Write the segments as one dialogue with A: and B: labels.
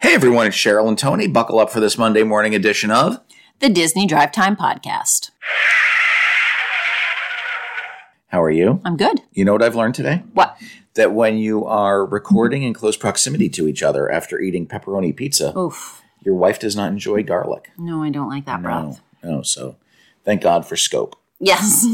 A: Hey everyone, it's Cheryl and Tony. Buckle up for this Monday morning edition of
B: the Disney Drive Time Podcast.
A: How are you?
B: I'm good.
A: You know what I've learned today?
B: What?
A: That when you are recording in close proximity to each other after eating pepperoni pizza,
B: Oof.
A: your wife does not enjoy garlic.
B: No, I don't like
A: No,
B: that breath.
A: no. So thank God for scope.
B: Yes.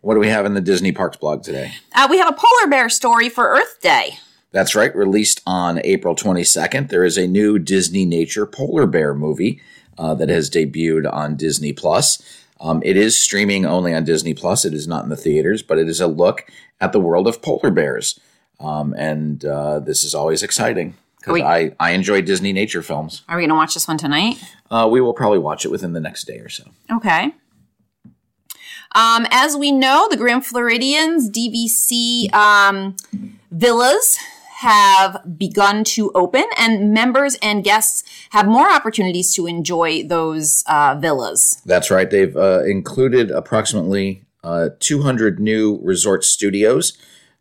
A: What do we have in the Disney Parks blog today?
B: uh, we have a polar bear story for Earth Day.
A: That's right, released on April 22nd. There is a new Disney Nature Polar Bear movie uh, that has debuted on Disney Plus. Um, it is streaming only on Disney Plus. It is not in the theaters, but it is a look at the world of polar bears. Um, and uh, this is always exciting
B: Are
A: because
B: we-
A: I, I enjoy Disney nature films.
B: Are we going to watch this one tonight?
A: Uh, we will probably watch it within the next day or so.
B: Okay. Um, as we know, the Grand Floridians DVC um, villas have begun to open, and members and guests have more opportunities to enjoy those uh, villas.
A: That's right. They've uh, included approximately uh, 200 new resort studios,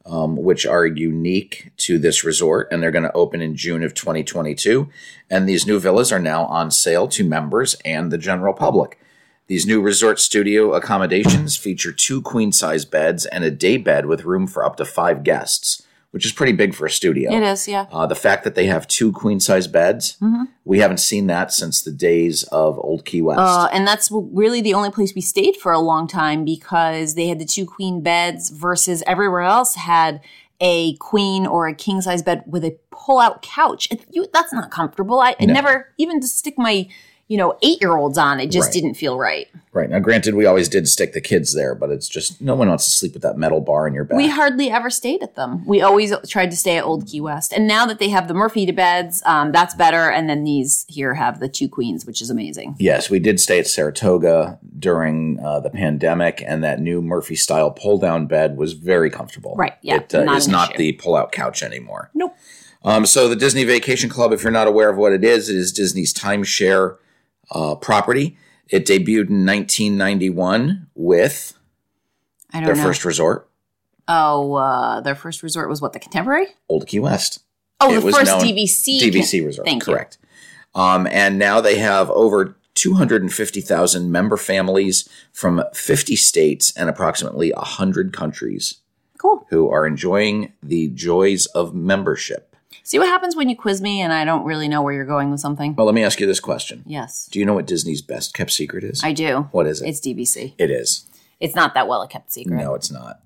A: um, which are unique to this resort, and they're going to open in June of 2022. And these new villas are now on sale to members and the general public. These new resort studio accommodations feature two queen size beds and a day bed with room for up to five guests, which is pretty big for a studio.
B: It is, Mm-hmm. yeah.
A: Uh, the fact that they have two queen size beds, we haven't seen that since the days of Old Key West.
B: Uh, and that's w- really the only place we stayed for a long time because they had the two queen beds versus everywhere else had a queen or a king size bed with a pull out couch. It, you, that's not comfortable. I, I
A: No.
B: never even to stick my you know eight year olds on. It just
A: Right.
B: didn't feel right.
A: Right. Now, granted, we always did stick the kids there, but it's just no one wants to sleep with that metal bar in your back.
B: We hardly ever stayed at them. We always tried to stay at Old Key West. And now that they have the Murphy to beds, um, that's better. And then these here have the two queens, which is amazing.
A: yes, we did stay at Saratoga during uh, the pandemic, and that new Murphy style pull down bed was very comfortable.
B: Right, yeah,
A: It uh,
B: not
A: is
B: an
A: not
B: issue.
A: the pull out couch anymore.
B: Nope.
A: Um, so the Disney Vacation Club, if you're not aware of what it is, it is Disney's timeshare uh, property. It debuted in 1991 with
B: I don't
A: their
B: know.
A: first resort,
B: oh, uh, their first resort was what the Contemporary.
A: Old Key West.
B: Oh,
A: It
B: the
A: was
B: first
A: known-
B: DVC.
A: DVC Resort.
B: Thank you.
A: correct. Um, and now they have over 250,000 member families from 50 states and approximately 100 countries
B: Cool.
A: who are enjoying the joys of membership.
B: See what happens when you quiz me and I don't really know where you're going with something?
A: Well, let me ask you this question.
B: Yes,
A: Do you know what Disney's best kept secret is?
B: I do.
A: what is it? Mm.
B: It's DVC.
A: it is.
B: It's not that well a kept secret.
A: No, it's not.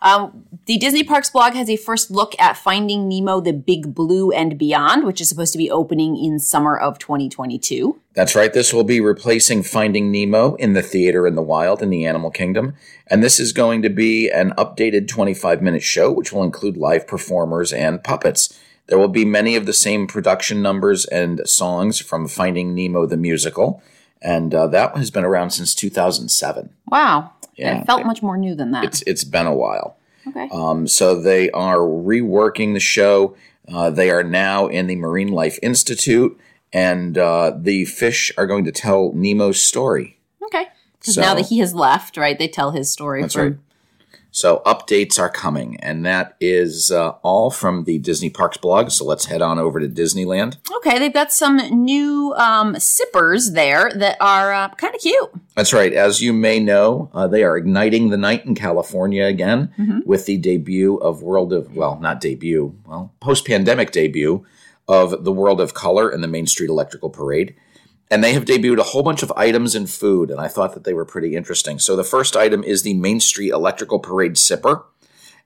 B: Um, the Disney Parks blog has a first look at Finding Nemo, The Big Blue and Beyond, which is supposed to be opening in summer of 2022.
A: That's right. This will be replacing Finding Nemo in the theater in the wild in the animal kingdom. And this is going to be an updated 25 minute show, which will include live performers and puppets. There will be many of the same production numbers and songs from Finding Nemo the musical. And uh, that has been around since 2007.
B: Wow.
A: Yeah.
B: It felt much more new than that.
A: It's, it's been a while.
B: okay.
A: Um, so they are reworking the show. Uh, they are now in the Marine Life Institute, and uh, the fish are going to tell Nemo's story.
B: okay. Because
A: so-
B: now that he has left, right, they tell his story
A: That's
B: from
A: right. So updates are coming, and that is uh, all from the Disney Parks blog. So let's head on over to Disneyland.
B: Okay, they've got some new um, sippers there that are uh, kind of cute.
A: That's right. As you may know, uh, they are igniting the night in California again with the debut of World of well, not debut, well, post-pandemic debut of the World of Color and the Main Street Electrical Parade. And they have debuted a whole bunch of items and food, and I thought that they were pretty interesting. So the first item is the Main Street Electrical Parade sipper,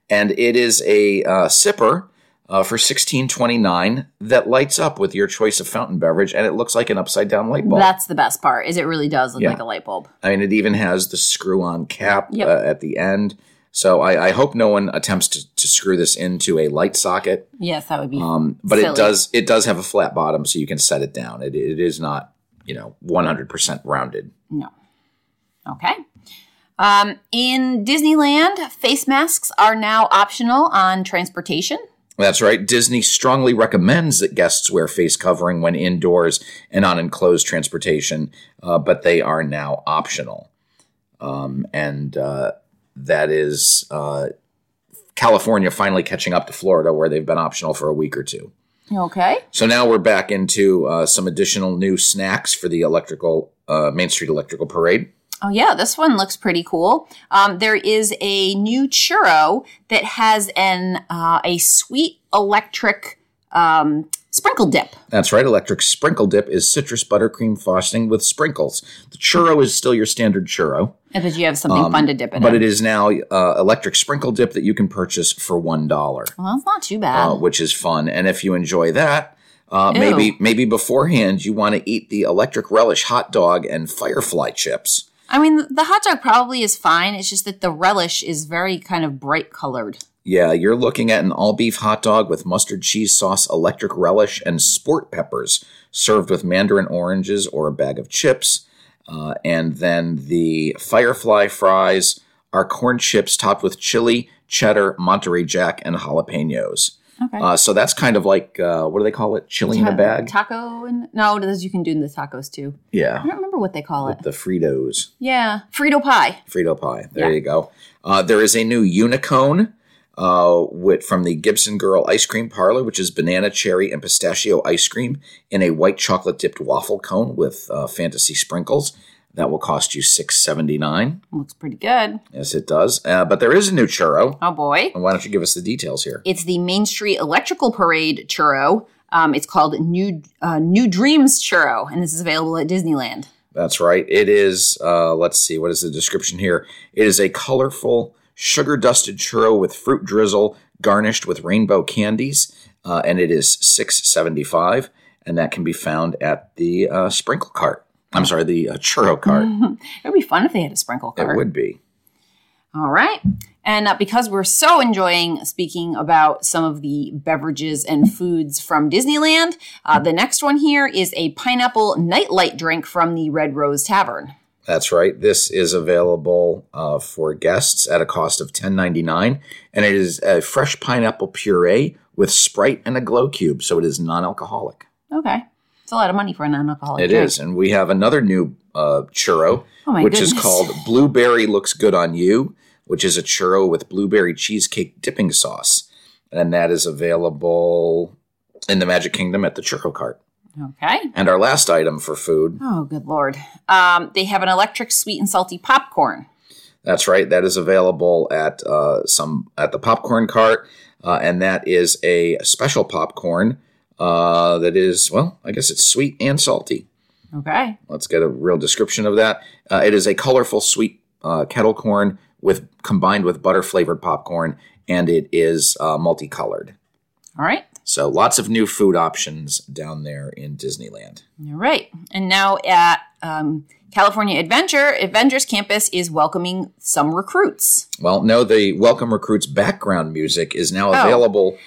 A: and it is a uh, sipper uh, for sixteen twenty nine that lights up with your choice of fountain beverage, and it looks like an upside down light bulb.
B: That's the best part. Is it really does look
A: Yeah.
B: like a light bulb?
A: I mean, it even has the screw on cap
B: Yep.
A: uh, at the end. So I, I hope no one attempts to, to screw this into a light socket.
B: Yes, that would be.
A: Um, but
B: Silly.
A: it does it does have a flat bottom, so you can set it down. It, it is not you know one hundred percent rounded.
B: Okay. Um, in Disneyland, face masks are now optional on transportation.
A: That's right. Disney strongly recommends that guests wear face covering when indoors and on enclosed transportation, uh, but they are now optional. Um, and uh, that is uh, California finally catching up to Florida, where they've been optional for a week or two.
B: Okay.
A: So now we're back into uh, some additional new snacks for the electrical uh, Main Street Electrical Parade.
B: Oh yeah, this one looks pretty cool. Um, there is a new churro that has an uh, a sweet electric um, sprinkle dip.
A: That's right, electric sprinkle dip is citrus buttercream frosting with sprinkles. The churro is still your standard churro,
B: I bet you have something fun to dip in.
A: Um, but it is now uh, electric sprinkle dip that you can purchase for one dollar.
B: well, that's not too bad.
A: uh, which is fun. And if you enjoy that, uh,
B: Ew.
A: maybe maybe beforehand you want to eat the electric relish hot dog and firefly chips.
B: I mean, the hot dog probably is fine. It's just that the relish is very kind of bright colored.
A: Yeah, you're looking at an all beef hot dog with mustard cheese sauce, electric relish, and sport peppers, served with mandarin oranges or a bag of chips. Uh, and then the firefly fries are corn chips topped with chili, cheddar, Monterey Jack, and jalapenos.
B: Okay.
A: Uh, so that's kind of like uh, what do they call it? Chili in a bag.
B: Taco and no, those you can do in the tacos too.
A: Yeah,
B: I don't remember what they call it.
A: the Fritos.
B: Yeah, Frito pie.
A: Frito pie. There
B: Yeah.
A: you go. Uh, there is a new unicone uh, with, from the Gibson Girl Ice Cream Parlor, which is banana, cherry, and pistachio ice cream in a white chocolate dipped waffle cone with uh, fantasy sprinkles. That will cost you six seventy nine.
B: Looks pretty good.
A: Yes, it does. Uh, but there is a new churro.
B: Oh boy.
A: And why don't you give us the details here?
B: It's the Main Street Electrical Parade churro. Um, it's called New uh, New Dreams churro, and this is available at Disneyland.
A: That's right. It is, uh, let's see, what is the description here? It is a colorful, sugar dusted churro with fruit drizzle garnished with rainbow candies, uh, and it is six seventy five, and that can be found at the uh, sprinkle cart. I'm sorry, the uh, churro cart.
B: It would be fun if they had a sprinkle
A: it
B: cart.
A: would be.
B: All right. And uh, because we're so enjoying speaking about some of the beverages and foods from Disneyland, uh, the next one here is a pineapple nightlight drink from the Red Rose Tavern.
A: That's right. This is available uh, for guests at a cost of ten ninety nine, and it is a fresh pineapple puree with Sprite and a glow cube, so it is non alcoholic.
B: Okay. It's a lot of money for a non alcoholic
A: It
B: drink.
A: is, and we have another new uh, churro,
B: Oh my
A: which is
B: goodness.
A: called Blueberry Looks Good on You, which is a churro with blueberry cheesecake dipping sauce, and that is available in the Magic Kingdom at the churro cart.
B: Okay.
A: And our last item for food,
B: Oh, good Lord. Um, they have an electric sweet and salty popcorn.
A: that's right, that is available at uh, some at the popcorn cart, uh, and that is a special popcorn uh, that is well, I guess it's sweet and salty.
B: Okay.
A: let's get a real description of that. Uh, it is a colorful sweet uh, kettle corn with combined with butter flavored popcorn, and it is uh, multicolored.
B: All right.
A: So lots of new food options down there in Disneyland.
B: All right. And now at um, California Adventure, Adventures Campus is welcoming some recruits.
A: Well, no, the Welcome Recruits background music is now available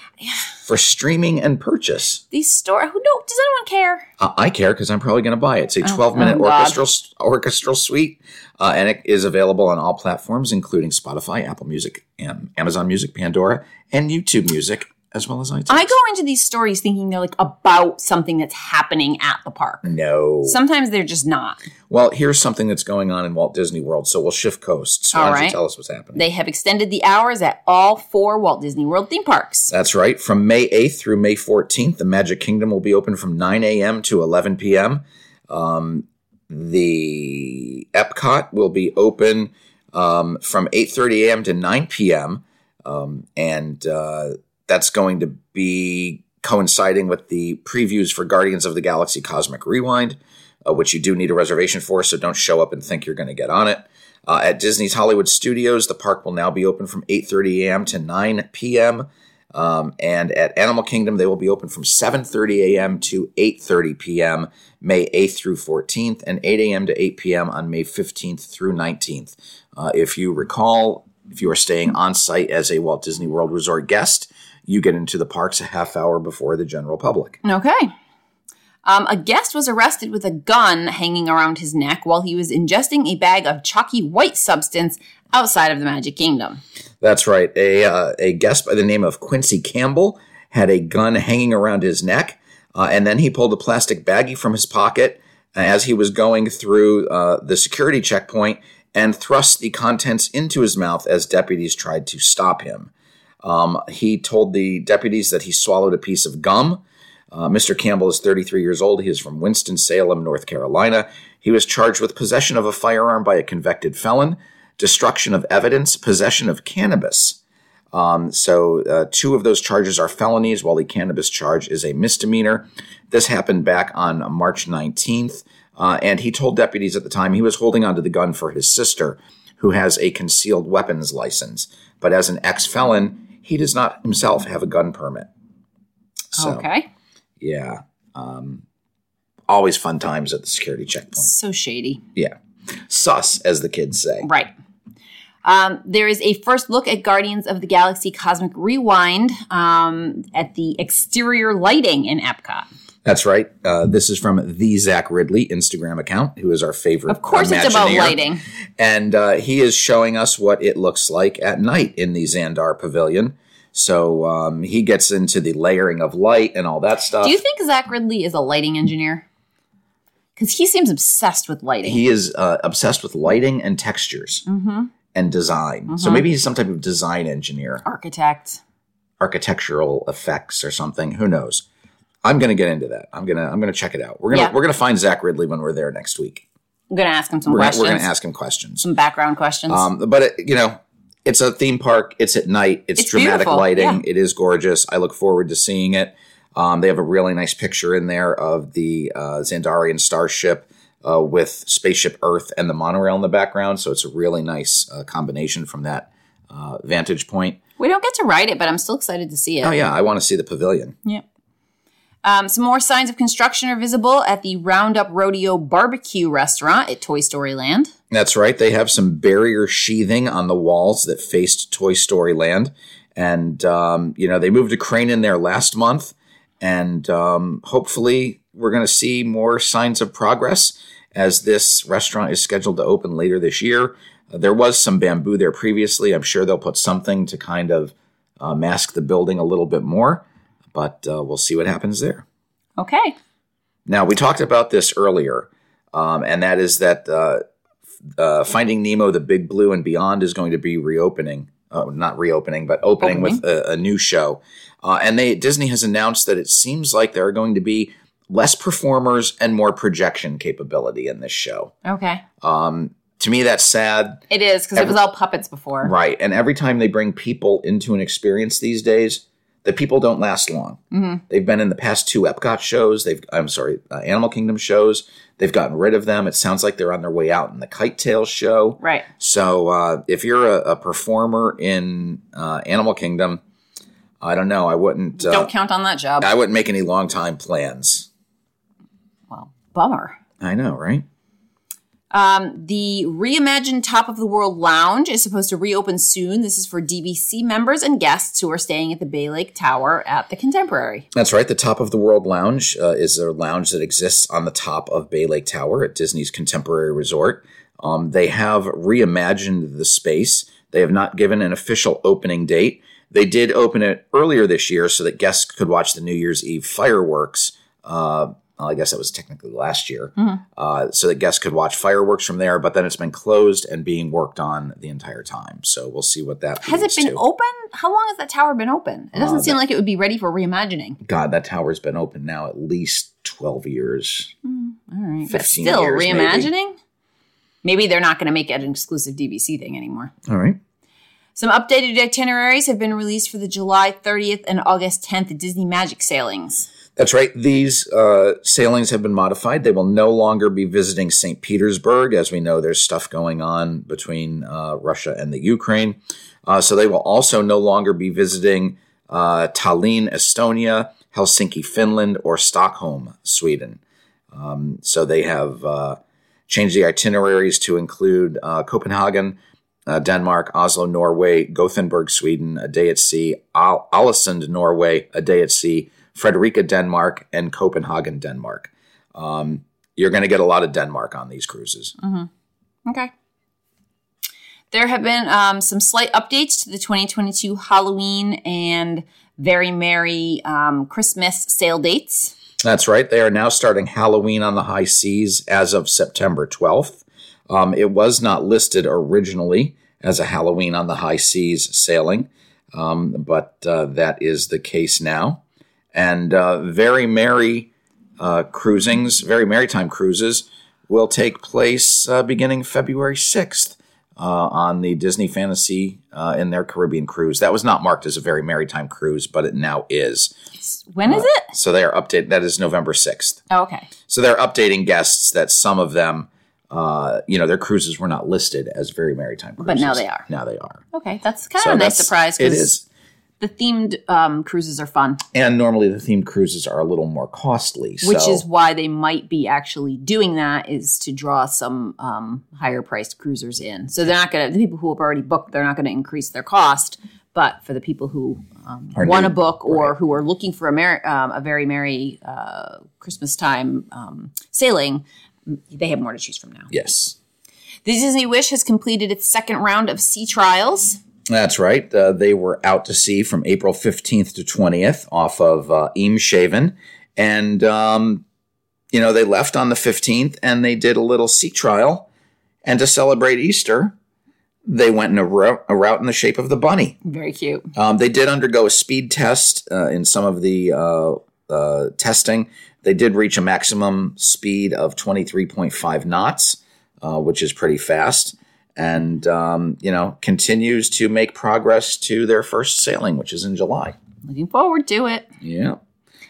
A: for streaming and purchase.
B: These store who don't does anyone care?
A: Uh, I care because I'm probably going to buy it. It's a 12 minute
B: Oh, God.
A: orchestral orchestral suite, uh, and it is available on all platforms, including Spotify, Apple Music, um, Amazon Music, Pandora, and YouTube Music, as well as iTunes.
B: I go into these stories thinking they're like about something that's happening at the park.
A: no.
B: Sometimes they're just not.
A: well, here's something that's going on in Walt Disney World, so we'll shift coasts. So why
B: All
A: don't you
B: right.
A: tell us what's happening?
B: They have extended the hours at all four Walt Disney World theme parks.
A: That's right. From May 8th through May 14th, the Magic Kingdom will be open from 9 a.m. to 11 p.m. Um, the Epcot will be open um, from 8:30 a.m. to 9 p.m. Um, and uh, that's going to be coinciding with the previews for Guardians of the Galaxy Cosmic Rewind, uh, which you do need a reservation for, so don't show up and think you're going to get on it. Uh, at Disney's Hollywood Studios, the park will now be open from 8:30 a.m. to 9 p.m. Um, and at Animal Kingdom, they will be open from 7:30 a.m. to 8:30 p.m. May 8th through 14th, and 8 a.m. to 8 p.m. on May 15th through 19th. Uh, if you recall, if you are staying on site as a Walt Disney World Resort guest, you get into the parks a half hour before the general public.
B: Okay. Um, a guest was arrested with a gun hanging around his neck while he was ingesting a bag of chalky white substance outside of the Magic Kingdom.
A: That's right. A uh, a guest by the name of Quincy Campbell had a gun hanging around his neck, uh, and then he pulled a plastic baggie from his pocket uh, as he was going through uh, the security checkpoint and thrust the contents into his mouth as deputies tried to stop him. Um, he told the deputies that he swallowed a piece of gum. Uh, Mr. Campbell is 33 years old. He is from Winston-Salem, North Carolina. He was charged with possession of a firearm by a convicted felon, destruction of evidence, possession of cannabis. Um, so, uh, two of those charges are felonies, while the cannabis charge is a misdemeanor. This happened back on March 19th, uh, and he told deputies at the time he was holding onto the gun for his sister, who has a concealed weapons license. But as an ex felon, he does not himself have a gun permit. So,
B: Okay.
A: yeah. Um, always fun times at the security checkpoint.
B: So shady.
A: Yeah. Sus, as the kids say.
B: Right. Um, there is a first look at Guardians of the Galaxy Cosmic Rewind um, at the exterior lighting in Epcot.
A: That's right. Uh, this is from the Zach Ridley Instagram account, who is our favorite.
B: Of course, it's about
A: Imagineer.
B: lighting.
A: And uh, he is showing us what it looks like at night in the Xandar Pavilion. So um, he gets into the layering of light and all that stuff.
B: Do you think Zach Ridley is a lighting engineer? Because he seems obsessed with lighting.
A: he is uh, obsessed with lighting and textures
B: mm-hmm.
A: and design. So maybe he's some type of design engineer,
B: Architect.
A: architectural effects or something. Who knows? I'm going to get into that. I'm going to I'm going to check it out. We're going to
B: Yeah.
A: we're going to find Zach Ridley when we're there next week.
B: I'm gonna ask him some
A: We're gonna-
B: questions.
A: we're going to ask him questions.
B: some background questions.
A: Um, but it, you know, it's a theme park. It's at night. It's,
B: It's
A: dramatic
B: beautiful,
A: lighting. It is gorgeous. I look forward to seeing it. Um, they have a really nice picture in there of the uh, Zandarian starship uh, with spaceship Earth and the monorail in the background. So it's a really nice uh, combination from that uh, vantage point.
B: we don't get to ride it, but I'm still excited to see it.
A: Oh yeah, I want to see the pavilion.
B: Yep. Um, some more signs of construction are visible at the Roundup Rodeo Barbecue Restaurant at Toy Story Land.
A: That's right. They have some barrier sheathing on the walls that faced Toy Story Land. And, um, you know, they moved a crane in there last month. And um, hopefully, we're going to see more signs of progress as this restaurant is scheduled to open later this year. Uh, there was some bamboo there previously. I'm sure they'll put something to kind of uh, mask the building a little bit more, but uh, we'll see what happens there.
B: Okay.
A: Now, we talked about this earlier, um, and that is that uh, f- uh, Finding Nemo, The Big Blue, and Beyond is going to be reopening. Uh, not reopening, but opening, with a, a new show. Uh, and they Disney has announced that it seems like there are going to be less performers and more projection capability in this show.
B: Okay.
A: Um, to me, that's sad,
B: It is because it was all puppets before.
A: right? And every time they bring people into an experience these days, the people don't last long.
B: Mhm.
A: They've been in the past two Epcot shows. They've, I'm sorry, uh, Animal Kingdom shows. They've gotten rid of them. It sounds like they're on their way out in the Kite Tail show.
B: Right.
A: So uh, if you're a, a performer in uh, Animal Kingdom, I don't know. I wouldn't. Uh,
B: Don't count on that job.
A: I wouldn't make any long time plans.
B: well, bummer.
A: I know, right?
B: Um, the reimagined Top of the World Lounge is supposed to reopen soon. This is for DVC members and guests who are staying at the Bay Lake Tower at the Contemporary.
A: That's right. The Top of the World Lounge uh, is a lounge that exists on the top of Bay Lake Tower at Disney's Contemporary Resort. Um, they have reimagined the space. They have not given an official opening date. They did open it earlier this year so that guests could watch the New Year's Eve fireworks. Uh, well, I guess that was technically last year,
B: Mm-hmm.
A: uh, so that guests could watch fireworks from there. But then it's been closed and being worked on the entire time. So we'll see what that
B: Has it
A: leads
B: been
A: to.
B: open? How long has that tower been open? It doesn't
A: Uh,
B: seem like it would be ready for reimagining.
A: God, that tower's been open now at least twelve years.
B: All right. But
A: 15
B: still,
A: years, maybe.
B: reimagining? Maybe. they're not going to make it an exclusive DVC thing anymore.
A: All right.
B: Some updated itineraries have been released for the July 30th and August 10th Disney Magic sailings.
A: That's right. These uh, sailings have been modified. They will no longer be visiting St. Petersburg. As we know, there's stuff going on between uh, Russia and the Ukraine. Uh, so they will also no longer be visiting uh, Tallinn, Estonia, Helsinki, Finland, or Stockholm, Sweden. Um, so they have uh, changed the itineraries to include uh, Copenhagen, uh, Denmark, Oslo, Norway, Gothenburg, Sweden, a day at sea, Al- Alesund, Norway, a day at sea, Frederica, Denmark, and Copenhagen, Denmark. Um, you're going to get a lot of Denmark on these cruises.
B: Okay. There have been um, some slight updates to the 2022 Halloween and Very Merry um, Christmas sale dates.
A: That's right. They are now starting Halloween on the high seas as of September 12th. Um, it was not listed originally as a Halloween on the high seas sailing, um, but uh, that is the case now. and uh, very merry uh, cruisings, very maritime cruises will take place uh, beginning February 6th uh, on the Disney Fantasy uh, in their Caribbean cruise. That was not marked as a very maritime cruise, but it now is.
B: When
A: Uh,
B: is it?
A: So they are updating, that is November 6th.
B: Oh, okay.
A: So they're updating guests that some of them, uh, you know, their cruises were not listed as very maritime cruises.
B: But now they are.
A: Now they are.
B: Okay. That's kind
A: So
B: of a nice
A: that's-
B: surprise
A: It is.
B: the themed um, cruises are fun,
A: And normally the themed cruises are a little more costly.
B: which
A: so-
B: is why they might be actually doing that is to draw some um, higher priced cruisers in. So they're not going to, the people who have already booked, they're not going to increase their cost. But for the people who um,
A: Are
B: want to
A: new,
B: book or who are looking for a, mer- um, a very merry uh, Christmas time um, sailing, they have more to choose from now.
A: Yes.
B: The Disney Wish has completed its second round of sea trials.
A: That's right. Uh, they were out to sea from April 15th to 20th off of uh, Eamshaven. And, um, you know, they left on the 15th and they did a little sea trial. And to celebrate Easter, they went in a, ro- a route in the shape of the bunny.
B: Very cute.
A: Um, they did undergo a speed test uh, in some of the uh, uh, testing. They did reach a maximum speed of 23.5 knots, uh, which is pretty fast. And, um, you know, continues to make progress to their first sailing, which is in July.
B: Looking forward to it.
A: Yeah.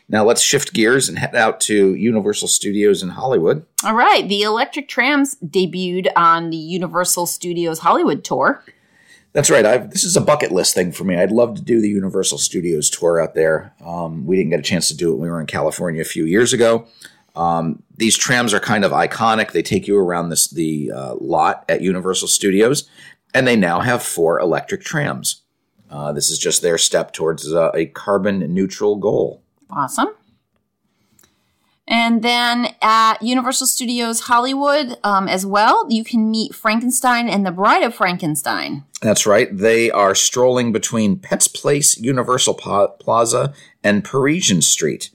A: Now let's shift gears and head out to Universal Studios in Hollywood.
B: All right, the electric trams debuted on the Universal Studios Hollywood tour.
A: That's right. I've, this is a bucket list thing for me. I'd love to do the Universal Studios tour out there. Um, we didn't get a chance to do it when we were in California a few years ago. Um, these trams are kind of iconic. They take you around this the uh, lot at Universal Studios, and they now have four electric trams. Uh, this is just their step towards uh, a carbon neutral goal.
B: Awesome. And then at Universal Studios Hollywood um, as well, you can meet Frankenstein and the Bride of Frankenstein.
A: That's right. They are strolling between Pets Place, Universal Pa- Plaza, and Parisian Street.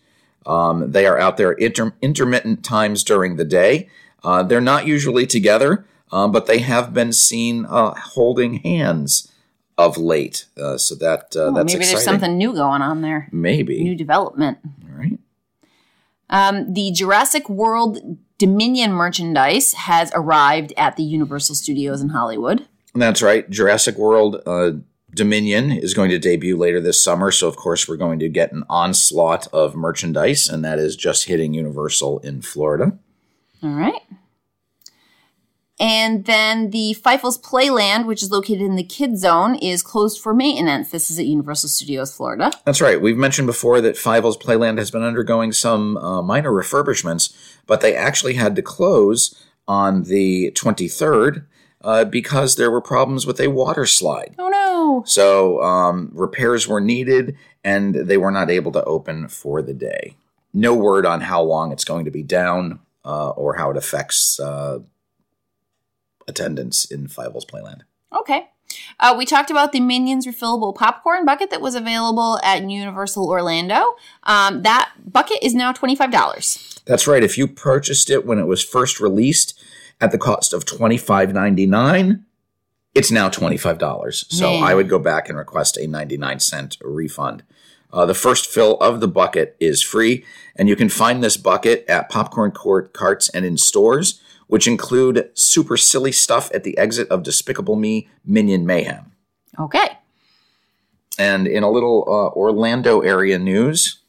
A: Um, they are out there at inter- intermittent times during the day. Uh, they're not usually together, um, but they have been seen uh, holding hands of late. Uh, so that uh,
B: Oh,
A: that's
B: maybe
A: exciting.
B: there's something new going on there, new
A: Maybe.
B: development.
A: All right.
B: Um, the Jurassic World Dominion merchandise has arrived at the Universal Studios in Hollywood.
A: That's right. Jurassic World uh, Dominion is going to debut later this summer. So, of course, we're going to get an onslaught of merchandise, and that is just hitting Universal in Florida.
B: All right. And then the Feifel's Playland, which is located in the Kid Zone, is closed for maintenance. This is at Universal Studios Florida.
A: That's right. We've mentioned before that Fievel's Playland has been undergoing some uh, minor refurbishments, but they actually had to close on the 23rd uh, because there were problems with a water slide.
B: Oh no.
A: So um, repairs were needed, and they were not able to open for the day. No word on how long it's going to be down uh, or how it affects uh, attendance in Fievel's Playland.
B: Okay. Uh, we talked about the Minions refillable popcorn bucket that was available at Universal Orlando. Um, that bucket is now $25.
A: That's right. If you purchased it when it was first released at the cost of twenty five ninety nine, it's now twenty five dollars. So
B: Man.
A: I would go back and request a ninety nine cent refund. Uh, the first fill of the bucket is free, and you can find this bucket at popcorn court carts and in stores, which include super silly stuff at the exit of Despicable Me Minion Mayhem.
B: Okay.
A: And in a little uh, Orlando area news,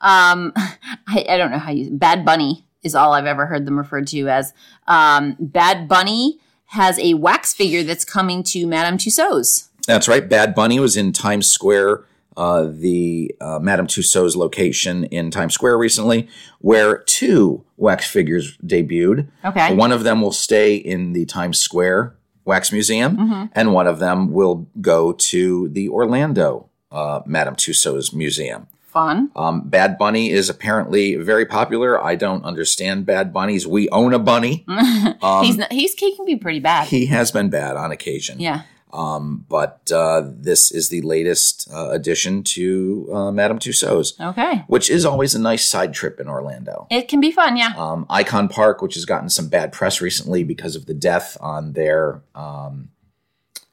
B: Um, I, I don't know how you. Bad Bunny is all I've ever heard them referred to as. Um, Bad Bunny has a wax figure that's coming to Madame Tussauds.
A: That's right. Bad Bunny was in Times Square, uh, the uh, Madame Tussauds location in Times Square recently, where two wax figures debuted.
B: Okay.
A: One of them will stay in the Times Square Wax Museum,
B: Mm-hmm.
A: and one of them will go to the Orlando uh, Madame Tussauds Museum.
B: Fun.
A: Um, Bad Bunny is apparently very popular. I don't understand Bad Bunnies. We own a bunny. Um,
B: he's not, he's he can be pretty bad.
A: He has been bad on occasion.
B: yeah.
A: Um, but uh, this is the latest uh, addition to uh, Madame Tussauds,
B: Okay.
A: which is always a nice side trip in Orlando.
B: It can be fun. Yeah.
A: Um, Icon Park, which has gotten some bad press recently because of the death on their um,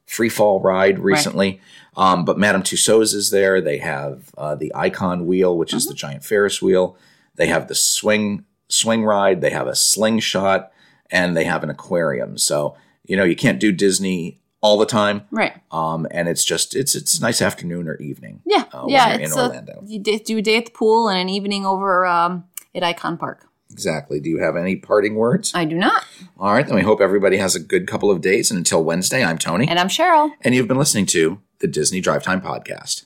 A: free fall ride recently. Um, but Madame Tussauds is there. They have uh, the Icon Wheel, which is the giant Ferris wheel. They have the swing swing ride. They have a slingshot, and they have an aquarium. So you know you can't do Disney all the time.
B: Right.
A: Um, and it's just it's it's a nice afternoon or evening.
B: Yeah.
A: Uh, when
B: yeah.
A: you're in
B: It's
A: Orlando.
B: a, you d- do a day at the pool and an evening over um, at Icon Park.
A: Exactly. Do you have any parting words?
B: I do not.
A: All right, then we hope everybody has a good couple of days. And until Wednesday, I'm Tony,
B: And I'm Cheryl.
A: and you've been listening to the Disney Drive Time Podcast.